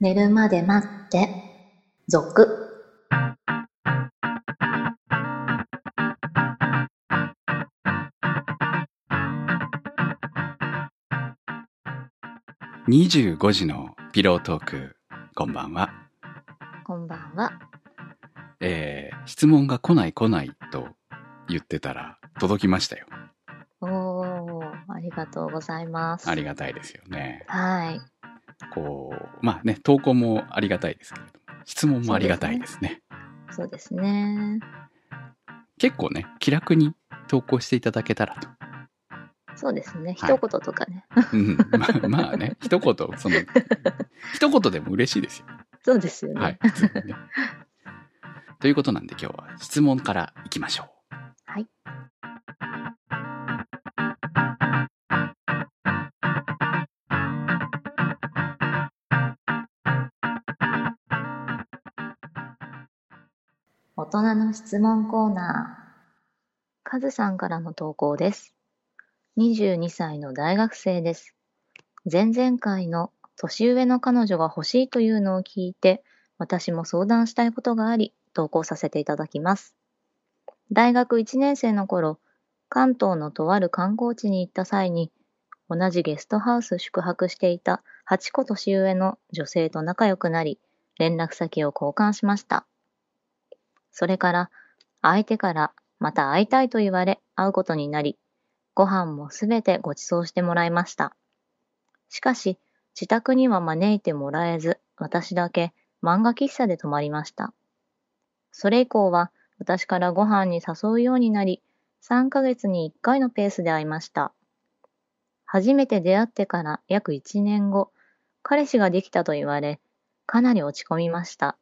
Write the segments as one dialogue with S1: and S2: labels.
S1: 寝るまで待って、続。
S2: 25時のピロートークこんばんは、
S1: こんばんは。
S2: えー質問が来ない来ないと言ってたら届きましたよ
S1: おー、ありがとうございます。
S2: ありがたいですよね
S1: はい。
S2: こうまあね投稿もありがたいですけれども質問もありがたいですね
S1: そうですね。
S2: 結構ね気楽に投稿していただけたらと、
S1: そうですね。一
S2: はい
S1: 言とかね。
S2: うん、まあまあね 一言その一言でも嬉しいですよ
S1: そうですよね。
S2: はい。普通にねということなんで今日は質問からいきましょう。
S1: はい。大人の質問コーナー。カズさんからの投稿です。22歳の大学生です。前々回の年上の彼女が欲しいというのを聞いて、私も相談したいことがあり、投稿させていただきます。大学1年生の頃、関東のとある観光地に行った際に、同じゲストハウス宿泊していた8個年上の女性と仲良くなり、連絡先を交換しました。それから、相手からまた会いたいと言われ会うことになり、ご飯もすべてご馳走してもらいました。しかし、自宅には招いてもらえず、私だけ漫画喫茶で泊まりました。それ以降は、私からご飯に誘うようになり、3ヶ月に1回のペースで会いました。初めて出会ってから約1年後、彼氏ができたと言われ、かなり落ち込みました。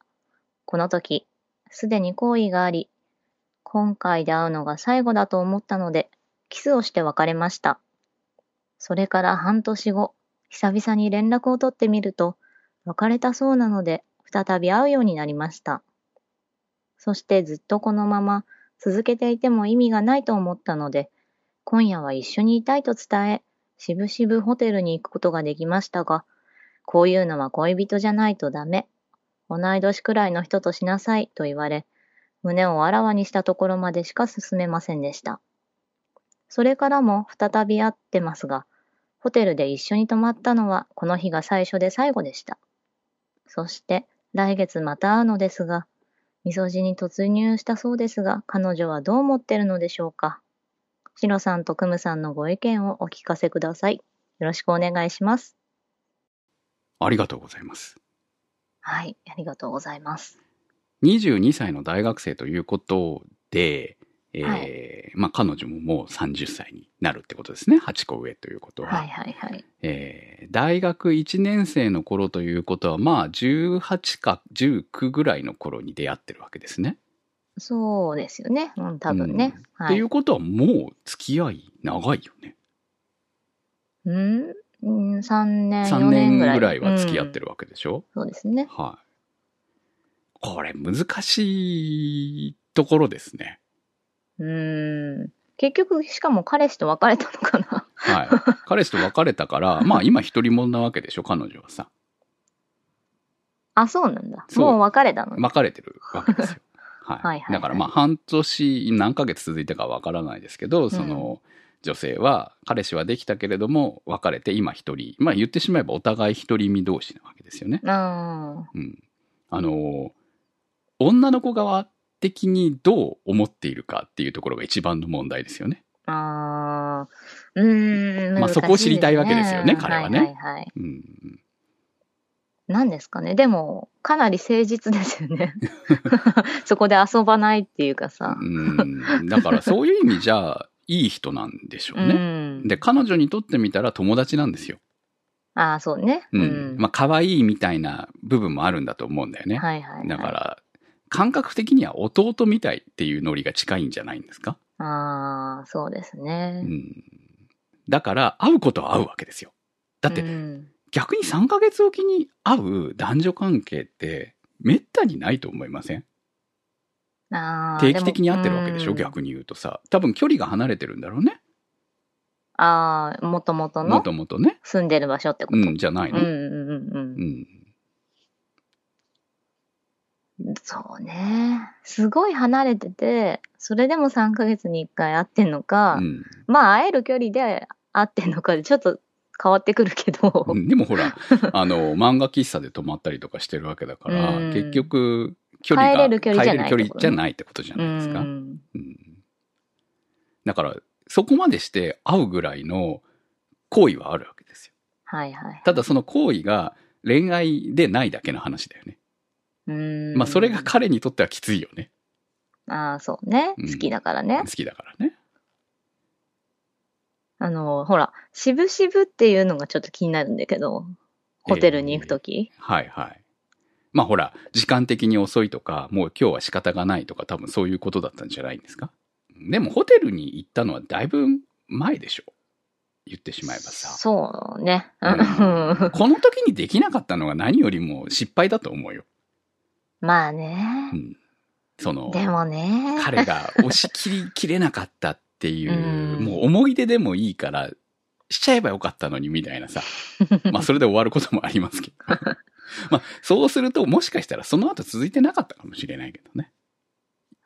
S1: この時、すでに好意があり、今回で会うのが最後だと思ったので、キスをして別れました。それから半年後、久々に連絡を取ってみると、別れたそうなので、再び会うようになりました。そしてずっとこのまま続けていても意味がないと思ったので、今夜は一緒にいたいと伝え、しぶしぶホテルに行くことができましたが、こういうのは恋人じゃないとダメ。同い年くらいの人としなさいと言われ、胸をあらわにしたところまでしか進めませんでした。それからも再び会ってますが、ホテルで一緒に泊まったのはこの日が最初で最後でした。そして来月また会うのですが、みそじに突入したそうですが、彼女はどう思ってるのでしょうか。シロさんとクムさんのご意見をお聞かせください。よろしくお願いします。
S2: ありがとうございます。
S1: はい、ありがとうございます。
S2: 22歳の大学生ということで、え
S1: は
S2: ーまあ彼女ももう30歳になるってことですね。8個上ということは。
S1: はいはいはい。
S2: えー大学1年生の頃ということは、まあ18か19ぐらいの頃に出会ってるわけですね。
S1: そうですよね。うん、多分ね。
S2: っ
S1: は
S2: て
S1: い。
S2: いううことはもう付き合い長いよね。
S1: ん、うん、3年、4
S2: 3
S1: 年ぐ
S2: 年ぐ
S1: らい。
S2: らいは付き合って
S1: る。
S2: るわけでしょ、
S1: そうですね。
S2: はい。これ難しいところですね。
S1: うん。結局、しかも彼氏と別れたのかな。
S2: はい。彼氏と別れたから、まあ今一人もんなわけでしょ、彼女はさ。
S1: あ、そうなんだ。
S2: そう
S1: もう別れたのね。
S2: 別れてるわけ ですよ。は
S1: はい
S2: い。
S1: はいはい
S2: だからまあ半年、何ヶ月続いたかわからないですけど、その、女性は彼氏はできたけれども別れて今一人まあ言ってしまえばお互い一人身同士なわけですよね。
S1: うん。
S2: うん、あの女の子側的にどう思っているかっていうところが一番の問題ですよね。
S1: あーうーん、
S2: まあ
S1: 難し
S2: そこを知りたいわけですよね
S1: い
S2: 彼はね
S1: はいはいはい。
S2: うん、
S1: なんですかね。でも、かなり誠実ですよ ね。そこで遊ばないっていうかさ。
S2: うん、だからそういう意味じゃいい人なんでしょうね。
S1: ん。
S2: で彼女にとってみたら友達なんですよ。
S1: ああ、そうね。
S2: うんまあ可愛いみたいな部分もあるんだと思うんだよね。
S1: はいはいはい。
S2: だから感覚的には弟みたいっていうノリが近いんじゃないんですか。
S1: ああ、そうですね
S2: う。ん、だから会うことは会うわけですよ。だって
S1: うん
S2: 逆に3ヶ月おきに会う男女関係ってめったにないと思いません
S1: あー
S2: 定期的に会ってるわけでしょ
S1: もうん
S2: 逆に言うとさ多分距離が離れてるんだろうね
S1: ああ、もともと
S2: も
S1: の
S2: ともとね、
S1: 住んでる場所ってこ
S2: う
S1: と。
S2: ん、じゃない
S1: うんう
S2: の、
S1: んうんう。
S2: うんん、
S1: そうね。すごい離れてて、それでも3ヶ月に1回会ってんのか、
S2: うん
S1: まあ会える距離で会ってんのかでちょっと変わってくるけど、
S2: うんでもほら あの漫画喫茶で泊まったりとかしてるわけだから、
S1: うん
S2: 結局距離が
S1: 帰れる距離じゃない
S2: 帰れる距離じゃないってことじゃ
S1: う
S2: ないですか、
S1: ん。
S2: うんだからそこまでして会うぐらいの行為はあるわけですよ
S1: はいはい。
S2: ただその行為が恋愛でないだけの話だよね、
S1: うん。
S2: まあそれが彼にとってはきついよね
S1: ああ、そうね。
S2: うん
S1: 好きだからね
S2: 好。きだからね
S1: あの、ほら、しぶしぶっていうのがちょっと気になるんだけど、ホテルに行くとき、
S2: はいはいまあほら時間的に遅いとかもう今日は仕方がないとか多分そういうことだったんじゃないんですかでもホテルに行ったのはだいぶ前でしょ言ってしまえばさ
S1: そうね。
S2: うんこの時にできなかったのが何よりも失敗だと思うよ。
S1: まあね
S2: う。ん、その
S1: でもね。
S2: 彼が押し切りきれなかったっていう、
S1: うん
S2: もう思い出でもいいからしちゃえばよかったのにみたいなさまあそれで終わることもありますけどまあそうするともしかしたらその後続いてなかったかもしれないけどね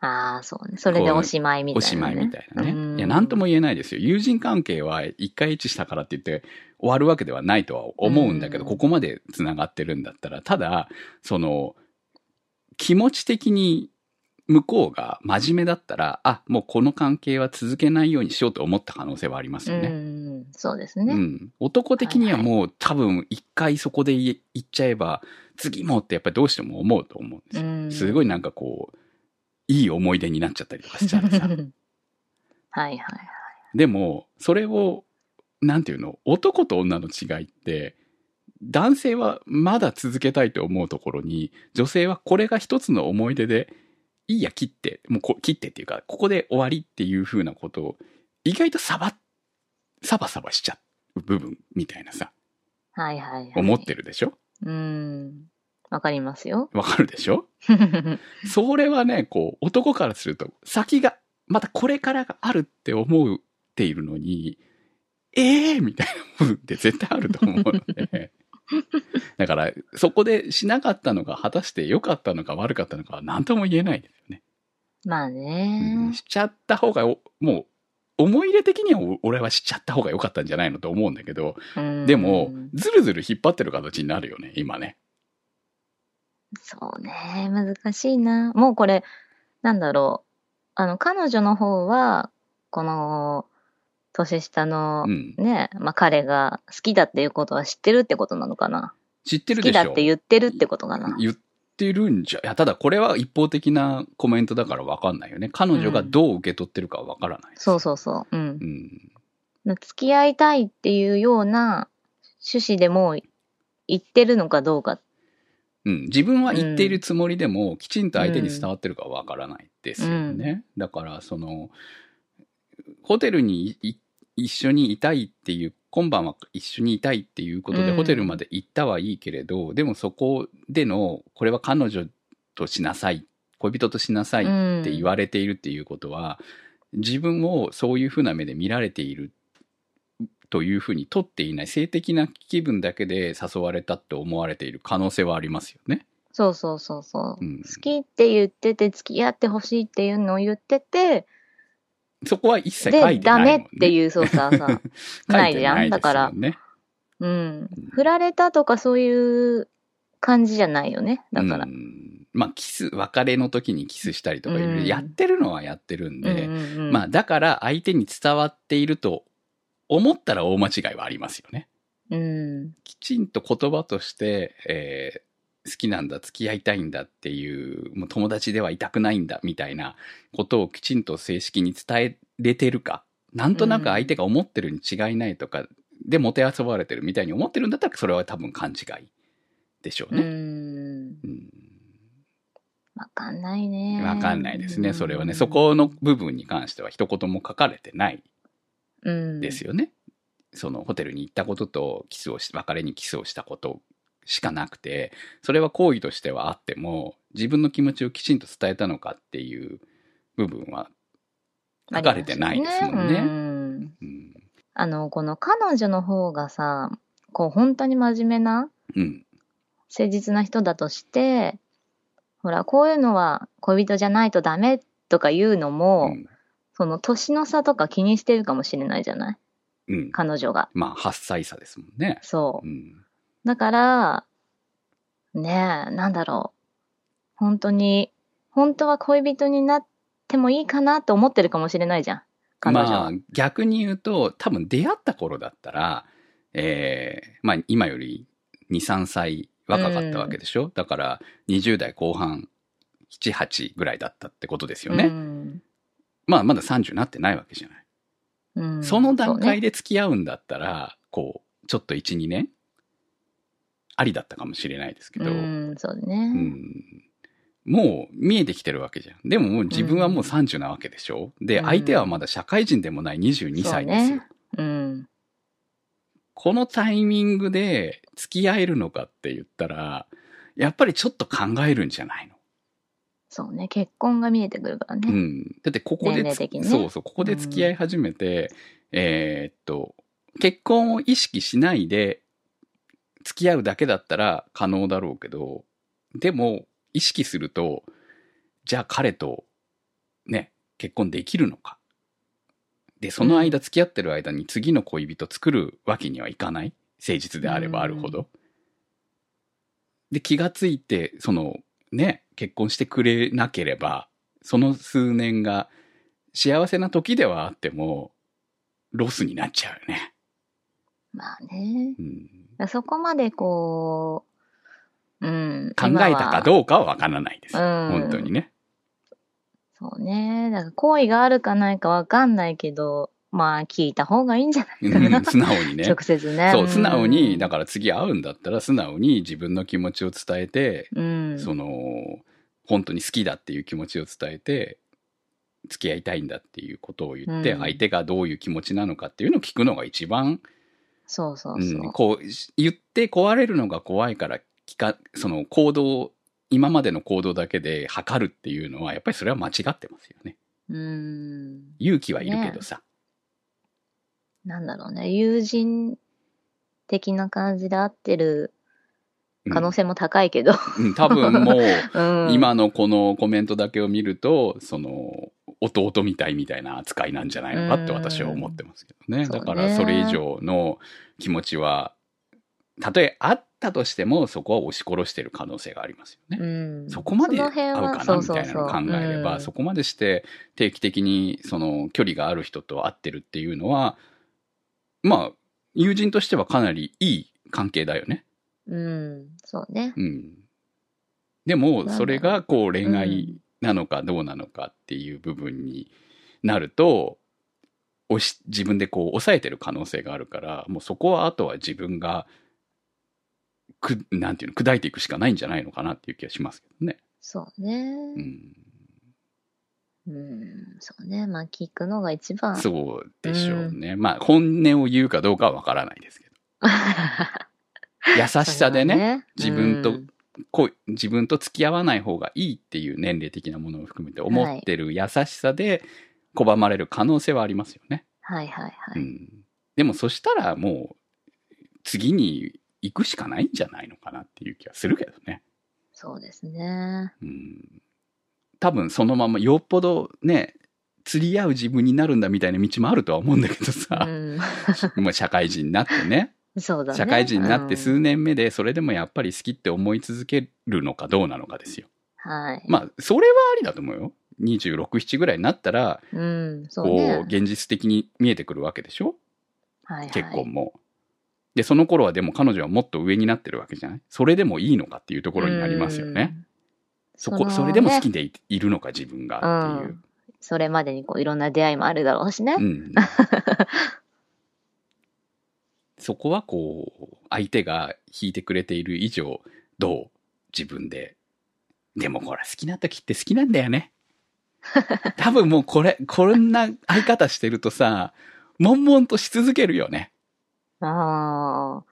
S1: ああ、そうね。それでおしまいみたい
S2: お
S1: な、ね。
S2: しまいみたいなね、
S1: うん
S2: いや何とも言えないですよ友人関係は一回一致したからって言って終わるわけではないとは思うんだけど、
S1: うん
S2: ここまでつながってるんだったらただその気持ち的に向こうが真面目だったらあもうこの関係は続けないようにしようと思った可能性はありますよ
S1: う
S2: ね。
S1: ん。そうです
S2: うん
S1: ね。
S2: 男的にははい
S1: はい
S2: もう、多分一回そこでい行っちゃえば次もってやっぱりどうしても思うと思うんですよ。
S1: うん。
S2: すご
S1: い。
S2: いなんかこういい思い出になっちゃったりとかしちゃって さ
S1: はいはい。
S2: でもそれをなんていうの男と女の違いって男性はまだ続けたいと思うところに女性はこれが一つの思い出でいいや切ってもうこ切ってっていうかここで終わりっていうふうなことを意外とサバサバサバしちゃう部分みたいなさ
S1: はいはい、はい。
S2: 思ってるでしょ
S1: うん。わかりますよ。
S2: わかるでしょそれはねこう男からすると先がまたこれからがあるって思っているのにええー、みたいな部分って絶対あると思うの でだからそこでしなかったのが果たして良かったのか悪かったのかは何とも言えないですよね。
S1: まあ
S2: うん
S1: ね。
S2: しちゃった方がおもう思い入れ的にはお俺はしちゃった方が良かったんじゃないのと思うんだけど
S1: うん
S2: でもずるずる引っ張ってる形になるよね今ね。
S1: そうね。難しいな。もうこれ、なんだろう。あの、彼女の方は、この、年下の
S2: う、ん、
S1: ね、まあ彼が好きだっていうことは知ってるってことなのかな。
S2: 知って
S1: 好
S2: る
S1: き
S2: でし
S1: だ
S2: ょ
S1: って言ってるってことかな。
S2: 言ってるんじゃいやただこれは一方的なコメントだから分かんないよね彼女がどう受け取ってるかは分からない、
S1: そうそうそう。うん
S2: う。ん、
S1: 付き合いたいっていうような趣旨でもう言ってるのかどうか。
S2: うん、自分は言っているつもりでも、きちんと相手に伝わってるかは分からないですよね、だからそのホテルにい一緒にいたいっていう今晩は一緒にいたいっていうことで、
S1: うん
S2: ホテルまで行ったはいいけれどでもそこでのこれは彼女としなさい恋人としなさい
S1: うん
S2: って言われているっていうことは、自分をそういうふうな目で見られているというふうに取っていない性的な気分だけで誘われたって思われている可能性はありますよね。
S1: そうそうそうそう。
S2: うん
S1: 好きって言ってて、付き合ってほしいっていうのを言ってて、
S2: そこは一切書
S1: で、
S2: いてな
S1: ダ
S2: いもん、
S1: メ
S2: ね。
S1: って
S2: う
S1: いう操作 さ、ないじゃんだから
S2: ね、
S1: うん。振られたとかそういう感じじゃないよね。だから。
S2: う
S1: うん
S2: んまあキス別れの時にキスしたりとかいろいろ
S1: うん
S2: やってるのはやってるん
S1: うん
S2: で、
S1: うん
S2: まあだから相手に伝わっていると思ったら大間違いはありますよね。
S1: うん。
S2: きちんと言葉として、えー好きなんだ付き合いたいんだっていうもう友達ではいたくないんだみたいなことをきちんと正式に伝えれてるかなんとなく相手が思ってるに違いないとか、でもてあそばれてるみたいに思ってるんだったらそれは多分勘違いでしょう
S1: う
S2: ね。
S1: ん。
S2: うん
S1: わかんないね。
S2: わかんないですね、それはね。
S1: うん
S2: そこの部分に関しては一言も書かれてない
S1: うん。
S2: ですよね。そのホテルに行ったこととキスをし別れにキスをしたことしかなくてそれは行為としてはあっても自分の気持ちをきちんと伝えたのかっていう部分は書かれてないですもん
S1: あ
S2: ね。
S1: りますようん
S2: うん
S1: あの、この彼女の方がさ、こう本当に真面目な
S2: うん
S1: 誠実な人だとして、ほら、こういうのは恋人じゃないとダメとか言うのも、
S2: うん
S1: その年の差とか気にしてるかもしれないじゃない
S2: うん。
S1: 彼女が。
S2: まあ、8歳差ですもんね。
S1: そう
S2: う。ん。
S1: だから、ねえ、なんだろう。本当に、本当は恋人になってもいいかなと思ってるかもしれないじゃん。彼女は。
S2: まあ、逆に言うと、多分出会った頃だったら、ええまあ、今より2、3歳若かったわけでしょ、だから、20代後半、7、8ぐらいだったってことですよね。
S1: うん
S2: まあ、まだ30になってないわけじゃない。
S1: うん
S2: その段
S1: そう
S2: 階
S1: ね
S2: で付き合うんだったら、こう、ちょっと1、2年、ありだったかもしれないですけど、
S1: うん、そうね。
S2: うんもう見えてきてるわけじゃん。でももう自分はもう30なわけでしょ、で、
S1: うん
S2: 相手はまだ社会人でもない22歳です
S1: そ
S2: よ。
S1: うねうん。
S2: このタイミングで付き合えるのかって言ったら、やっぱりちょっと考えるんじゃないの
S1: そうね。結婚が見えてくるから
S2: う
S1: ね。
S2: ん。だってここ
S1: 年
S2: で
S1: 齢
S2: つ、
S1: 的にね
S2: そうそう、ここで付き合い始めて、えーっと、結婚を意識しないで付き合うだけだったら可能だろうけど、でも意識すると、じゃあ彼とね、結婚できるのか。で、その間付き合ってる間に次の恋人作るわけにはいかない。誠実であればあるほど。で、気がついて、その、ね、結婚してくれなければ、その数年が幸せな時ではあっても、ロスになっちゃうよね。
S1: まあね。
S2: うん、
S1: そこまでこう、うん。
S2: 考えたか
S1: う
S2: どうかはわからないです。
S1: うん
S2: 本当にね。
S1: そうね。だから好意があるかないかわかんないけど、まあ聞いた方がいいんじゃないかな。
S2: うん素直にね。
S1: 直接ね。
S2: そう、素直に、だ
S1: か
S2: から次会うんだったら素直に自分の気持ちを伝えて、
S1: ら、うん。
S2: その、本当に好きだっていう気持ちを伝えて、付き合いたいんだっていうことを言って、
S1: うん
S2: 相手がどういう気持ちなのかっていうのを聞くのが一番
S1: そうそううそう。
S2: ん、こうし言って壊れるのが怖いから聞かその行動今までの行動だけで測るっていうのはやっぱりそれは間違ってますよね
S1: うん。
S2: 勇気はいるけどさ、
S1: なんだろうね。友人的な感じで会ってる
S2: うん
S1: 可能性も高いけど。
S2: うん多分 もう
S1: うん。
S2: 今のこのコメントだけを見るとその弟みたいみたいな扱いなんじゃないのかって私は思ってますけどね、
S1: うん
S2: だか
S1: そう
S2: ら
S1: ね
S2: それ以上の気持ちはたとえあったとしてもそこは押し殺してる可能性がありますよね、
S1: うん、
S2: そこまで
S1: そ
S2: 合
S1: の
S2: う
S1: 辺は
S2: か
S1: そ
S2: な
S1: う
S2: み
S1: そ
S2: た
S1: う
S2: いな
S1: そう
S2: のを考えれば、
S1: うん
S2: そこまでして定期的にその距離がある人と会ってるっていうのは、まあ、友人としてはかなりいい関係だよね。
S1: うん。そうね。
S2: うん。で
S1: んだろ
S2: も、
S1: う
S2: それがこう恋
S1: う
S2: 愛なのかどうなのかっていう部分になると、押し自分でこう抑えてる可能性があるから、もうそこはあとは自分が、く、なんていうの、砕いていくしかないんじゃないのかなっていう気がしますけどね。
S1: そうね。
S2: うん、
S1: うん。そうね。まあ聞くのが一番。
S2: そうでしょうね。まあ、本音を言うかどうかはわからないで すけど。優しさで
S1: それ
S2: ね、
S1: は
S2: 自分と
S1: うん
S2: こう自分と付き合わない方がいいっていう年齢的なものを含めて思ってる優しさで拒まれる可能性はありますよね。
S1: はいはいはい。
S2: うん、でも、そしたらもう、次に行くしかないんじゃないのかなっていう気はするけどね。
S1: そうですね。
S2: うん、多分、そのままよっぽどね、釣り合う自分になるんだみたいな道もあるとは思うんだけどさ。
S1: うん。
S2: もう社会人になってね
S1: そうだね。
S2: 社会人になっ
S1: う
S2: て
S1: ん
S2: 数年目でそれでもやっぱり好きって思い続けるのかどうなのかですよ
S1: はい。
S2: まあそれはありだと思うよ267ぐらいになったら
S1: うん。そう
S2: こう
S1: ね。
S2: 現実的に見えてくるわけでしょ
S1: はいはい
S2: 結婚もでその頃はでも彼女はもっと上になってるわけじゃないそれでもいいのかっていうところになりますよね
S1: うん。
S2: そこそれでも好
S1: ね
S2: きでいいるのか自分がっていう
S1: うんそれまでにこういろんな出会いもあるだろうしね。
S2: うん、 そこはこう相手が弾いてくれている以上どう自分ででもほら好きな時って好きなんだ よね多分もうこれこんな相方してるとさ悶々とし続けるよね
S1: あ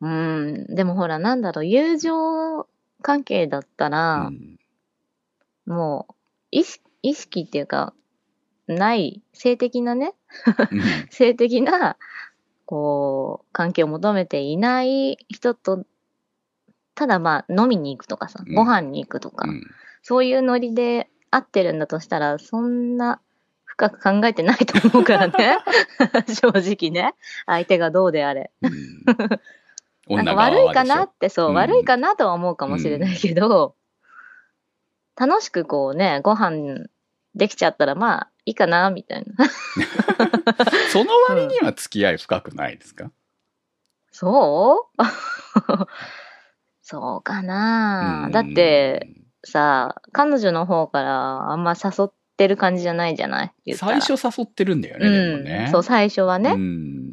S1: あ。うん。でもほら、なんだろう、友情関係だった
S2: う
S1: ら、
S2: ん
S1: もう意識、意識っていうか、ない、性的なね、
S2: うん
S1: 性的な、こう、関係を求めていない人とただまあ飲みに行くとかさ、
S2: うん
S1: ご飯に行くとか、
S2: うん
S1: そういうノリで合ってるんだとしたら、そんな深く考えてないと思うから ね。正直ね。相手がどうであれ。
S2: うん、
S1: なんか
S2: 女側
S1: 悪い
S2: は
S1: かなって、そう、
S2: うん
S1: 悪いかなとは思うかもしれないけど、楽しくこうね、ご飯できちゃったらまあいいかな、みたいな。
S2: でしょその割には付き合い深くないですか、
S1: そう そうかな、
S2: うん
S1: だって、さ、彼女の方からあんま誘ってる感じじゃないじゃない言った
S2: 最
S1: ら
S2: 初誘ってるんだよね、でもね
S1: うん、そう、最初はね、
S2: うん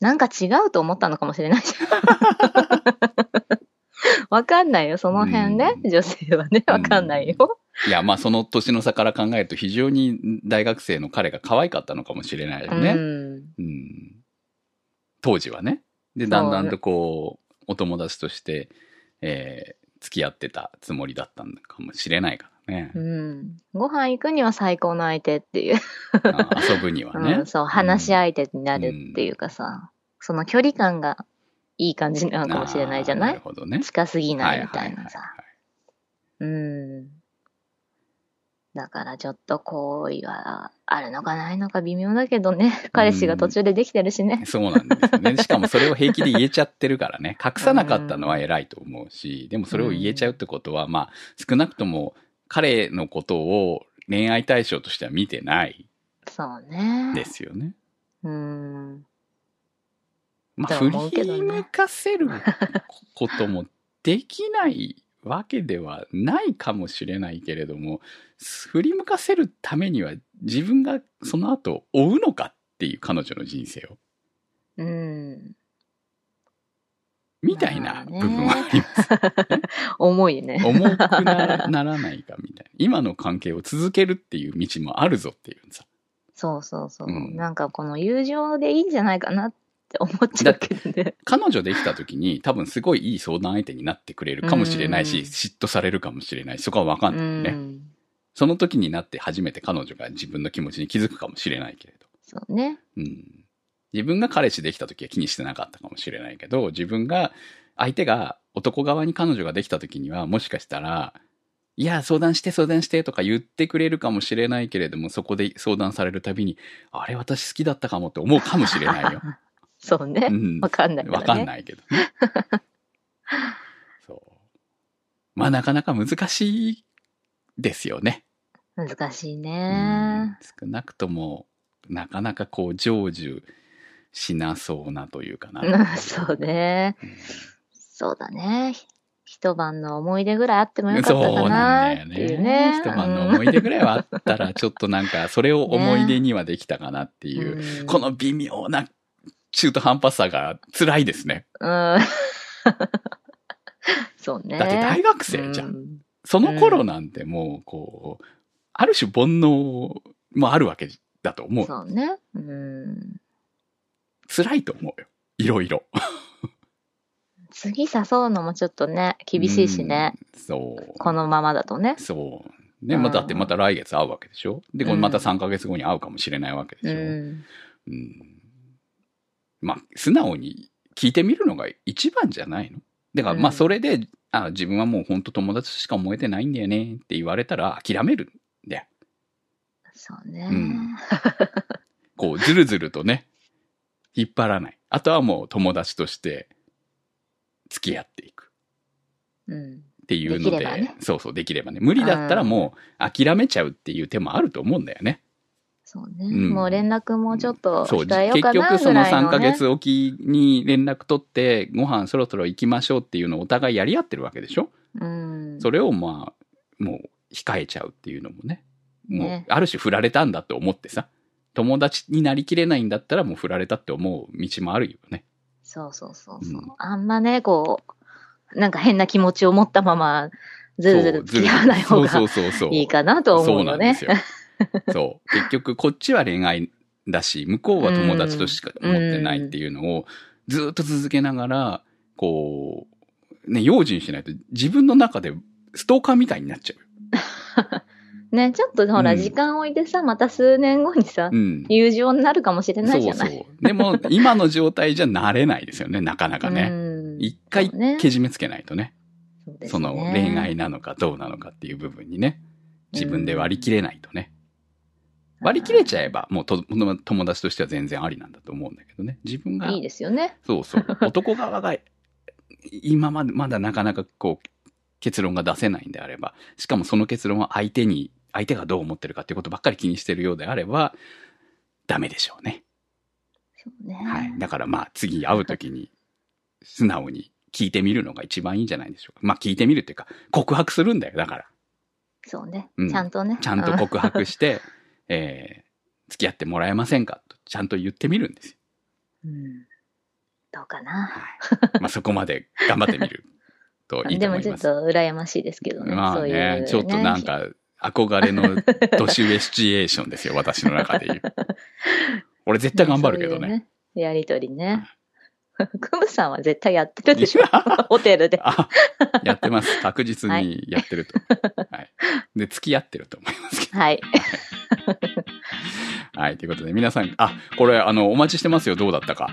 S1: なんか違うと思ったのかもしれないじゃん。 わかんないよ、その辺ね、
S2: う
S1: 女性はね、わかんないよ。
S2: いやまあその年の差から考えると非常に大学生の彼が可愛かったのかもしれないよ
S1: う
S2: ね、
S1: ん。
S2: うん、当時はね。で、
S1: そう
S2: だんだんとこう、お友達として、えー付き合ってたつもりだったのかもしれないからね
S1: う。ん。ご飯行くには最高の相手っていう、
S2: あ遊ぶには ね。
S1: うん、そう、話し相手になるっていうかさ、その距離感がいい感じなのかもしれないじゃな
S2: あーないるほどね。
S1: 近すぎないみたい
S2: は
S1: な
S2: は
S1: さ。うん。だからちょっと好意はあるのかないのか微妙だけどね、彼氏が途中でできてるしね。
S2: いそうなんですよ ね。しかもそれを平気で言えちゃってるからね。隠さなかったのは偉いと思うし、でもそれを言えちゃうってことは、まあ、少なくとも彼のことを恋愛対象としては見てない
S1: そうね。
S2: ですよね。
S1: うーん。
S2: まあ、
S1: とは
S2: 振
S1: 思うけど
S2: り
S1: ね
S2: 向かせることもできないわけではないかもしれないけれども、振り向かせるためには自分がその後追うのかっていう彼女の人生を、
S1: うん。
S2: みたいな部分
S1: ま
S2: は
S1: あね
S2: あります。
S1: 重いね。
S2: 重くなならないかみたいな。今の関係を続けるっていう道もあるぞっていうさ。
S1: そうそうそう。
S2: うん
S1: なんかこの友情でいいんじゃないかなって思っちゃうけどね。
S2: 彼女できた時に多分すごいいい相談相手になってくれるかもしれないし、
S1: うん
S2: 嫉妬されるかもしれないし、そこはわか
S1: うん
S2: ないよね。
S1: ん。
S2: その時になって初めて彼女が自分の気持ちに気づくかもしれないけれど。
S1: そうね。
S2: うん。自分が彼氏できた時は気にしてなかったかもしれないけど、自分が、相手が男側に彼女ができた時にはもしかしたら、いや、相談して相談してとか言ってくれるかもしれないけれども、そこで相談されるたびに、あれ私好きだったかもって思うかもしれないよ。
S1: そうね
S2: う。ん
S1: わ、かんないから
S2: わ
S1: ね。
S2: かん
S1: い。
S2: ない けどね。そう。まあなかなか難しいですよね。
S1: 難しい
S2: うん
S1: ね。
S2: 少なくともなかなかこう成就しなそうなというかな。
S1: うん、 そうね。
S2: うん
S1: そうだね。ひ一晩の思い出ぐらいあってもよかった
S2: そう
S1: かな
S2: な
S1: ん
S2: だよ
S1: ってい
S2: ね
S1: うね。
S2: 一晩の思い出ぐらいはあったらちょっとなんかそれを思い出にはできたかなっていう、
S1: うん
S2: この微妙な中途半端さが辛いですね。
S1: うん。 そうね。
S2: だって大学生じゃん。
S1: うん。
S2: その頃なんてもうこう、ある種煩悩もあるわけだと思う。
S1: そうね。うん。
S2: 辛いと思うよ。いろいろ。
S1: 次誘うのもちょっとね、厳しいしね。
S2: うん。そう。
S1: このままだとね。
S2: そう。ね、
S1: うん
S2: まあだってまた来月会うわけでしょで、これ
S1: うん
S2: また3ヶ月後に会うかもしれないわけ
S1: う
S2: でしょ、うん
S1: ん。
S2: まあ、素直に聞いてみるのが一番じゃないのだから、ま
S1: う
S2: あ
S1: ん
S2: それで、あ自分はもう本当友達としか思えてないんだよねって言われたら諦めるんだよ。
S1: そうね。
S2: うん こう、ずるずるとね、引っ張らない。あとはもう友達として付き合っていく。
S1: うん。
S2: っていう
S1: で
S2: ので
S1: きればね
S2: そうそう、できればね。無理だったらもう諦めちゃうっていう手もあると思うんだよね。
S1: そう
S2: う
S1: ね。
S2: ん
S1: もう連絡もちょっと
S2: そう、
S1: 控えよう
S2: 結
S1: かな
S2: 局
S1: ぐ
S2: その
S1: らい
S2: 3
S1: の
S2: ヶ
S1: ね。
S2: 月おきに連絡取って、ご飯そろそろ行きましょうっていうのをお互いやり合ってるわけでしょ、
S1: うん。
S2: それをまあ、もう控えちゃうっていうのもね。もう
S1: ね、
S2: ある種振られたんだと思ってさ。友達になりきれないんだったらもう振られたって思う道もあるよね。
S1: そうそうそう
S2: う。
S1: そうんあんまね、こう、なんか変な気持ちを持ったまま、ずるずる付き合わない方が
S2: そうそうそうそう。
S1: いいかなと思うよね。
S2: そうなんですよ。 そう。結局、こっちは恋愛だし、向こうは友達としか思ってないっていうのを、ずっと続けながら、こう、ね、用心しないと自分の中でストーカーみたいになっちゃ
S1: ね、ちょっとほ
S2: う
S1: ら、
S2: ん
S1: 時間置いてさ、また数年後にさ
S2: う。う、ん。
S1: 友情になるかもしれない
S2: そ
S1: じ
S2: う
S1: ゃ
S2: そ
S1: な
S2: う
S1: い。。
S2: でも、今の状態じゃなれないですよね、なかなか
S1: う
S2: ね。
S1: んうん
S2: 一回
S1: そうね
S2: けじめつけないとね
S1: そうですね
S2: その恋愛なのかどうなのかっていう部分にね自分で割り切れないとね、割り切れちゃえばもうと友達としては全然ありなんだと思うんだけどね自分が
S1: いいですよね。
S2: そ うそう。男側が今までまだなかなかこう結論が出せないんであれば、しかもその結論は相手に、相手がどう思ってるかっていうことばっかり気にしてるようであれば、ダメでしょうね。
S1: そうね。
S2: はい。だからまあ次会うときに素直に聞いてみるのが一番いいんじゃないでしょうか。まあ聞いてみるっていうか告白するんだよ。だから。
S1: そうね
S2: うん。
S1: ちゃんとね。
S2: ちゃんと告白して、えー付き合ってもらえませんかとちゃんと言ってみるんですよ。
S1: うん。うんどうかな。
S2: はい。まあそこまで頑張ってみるといいと
S1: で
S2: 思
S1: も
S2: い
S1: ちょ
S2: ま
S1: っ
S2: す。
S1: と羨ましいですけどね。
S2: まあ
S1: そう
S2: ね
S1: いうね
S2: ちょっとなん。か憧れの年上シチュエーションですよ、私の中で 言う。俺絶対頑張るけ
S1: そ
S2: ど
S1: う
S2: ね。
S1: いうやりとりね。 クムさんは絶対やってるでし ょホテルで。
S2: あ、やってます。確実
S1: は
S2: にやってると。はい。で、付き合ってると思いますけ
S1: はい。
S2: ど。はい。ということで、皆さん、あ、これ、あの、お待ちしてますよ。どうだったか。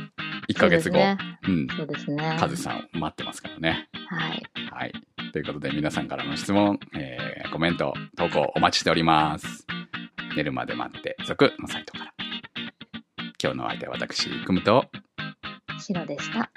S2: 1ヶ月
S1: そうです
S2: 後。
S1: ね。
S2: うん。
S1: そうですね。
S2: カズさんを待ってますからね。
S1: はい。
S2: はい。ということで、皆さんからの質問、えーコメント、投稿お待ちしております。寝るまで待って、続のサイトから。今日のお相手は私、くむと、
S1: 白でした。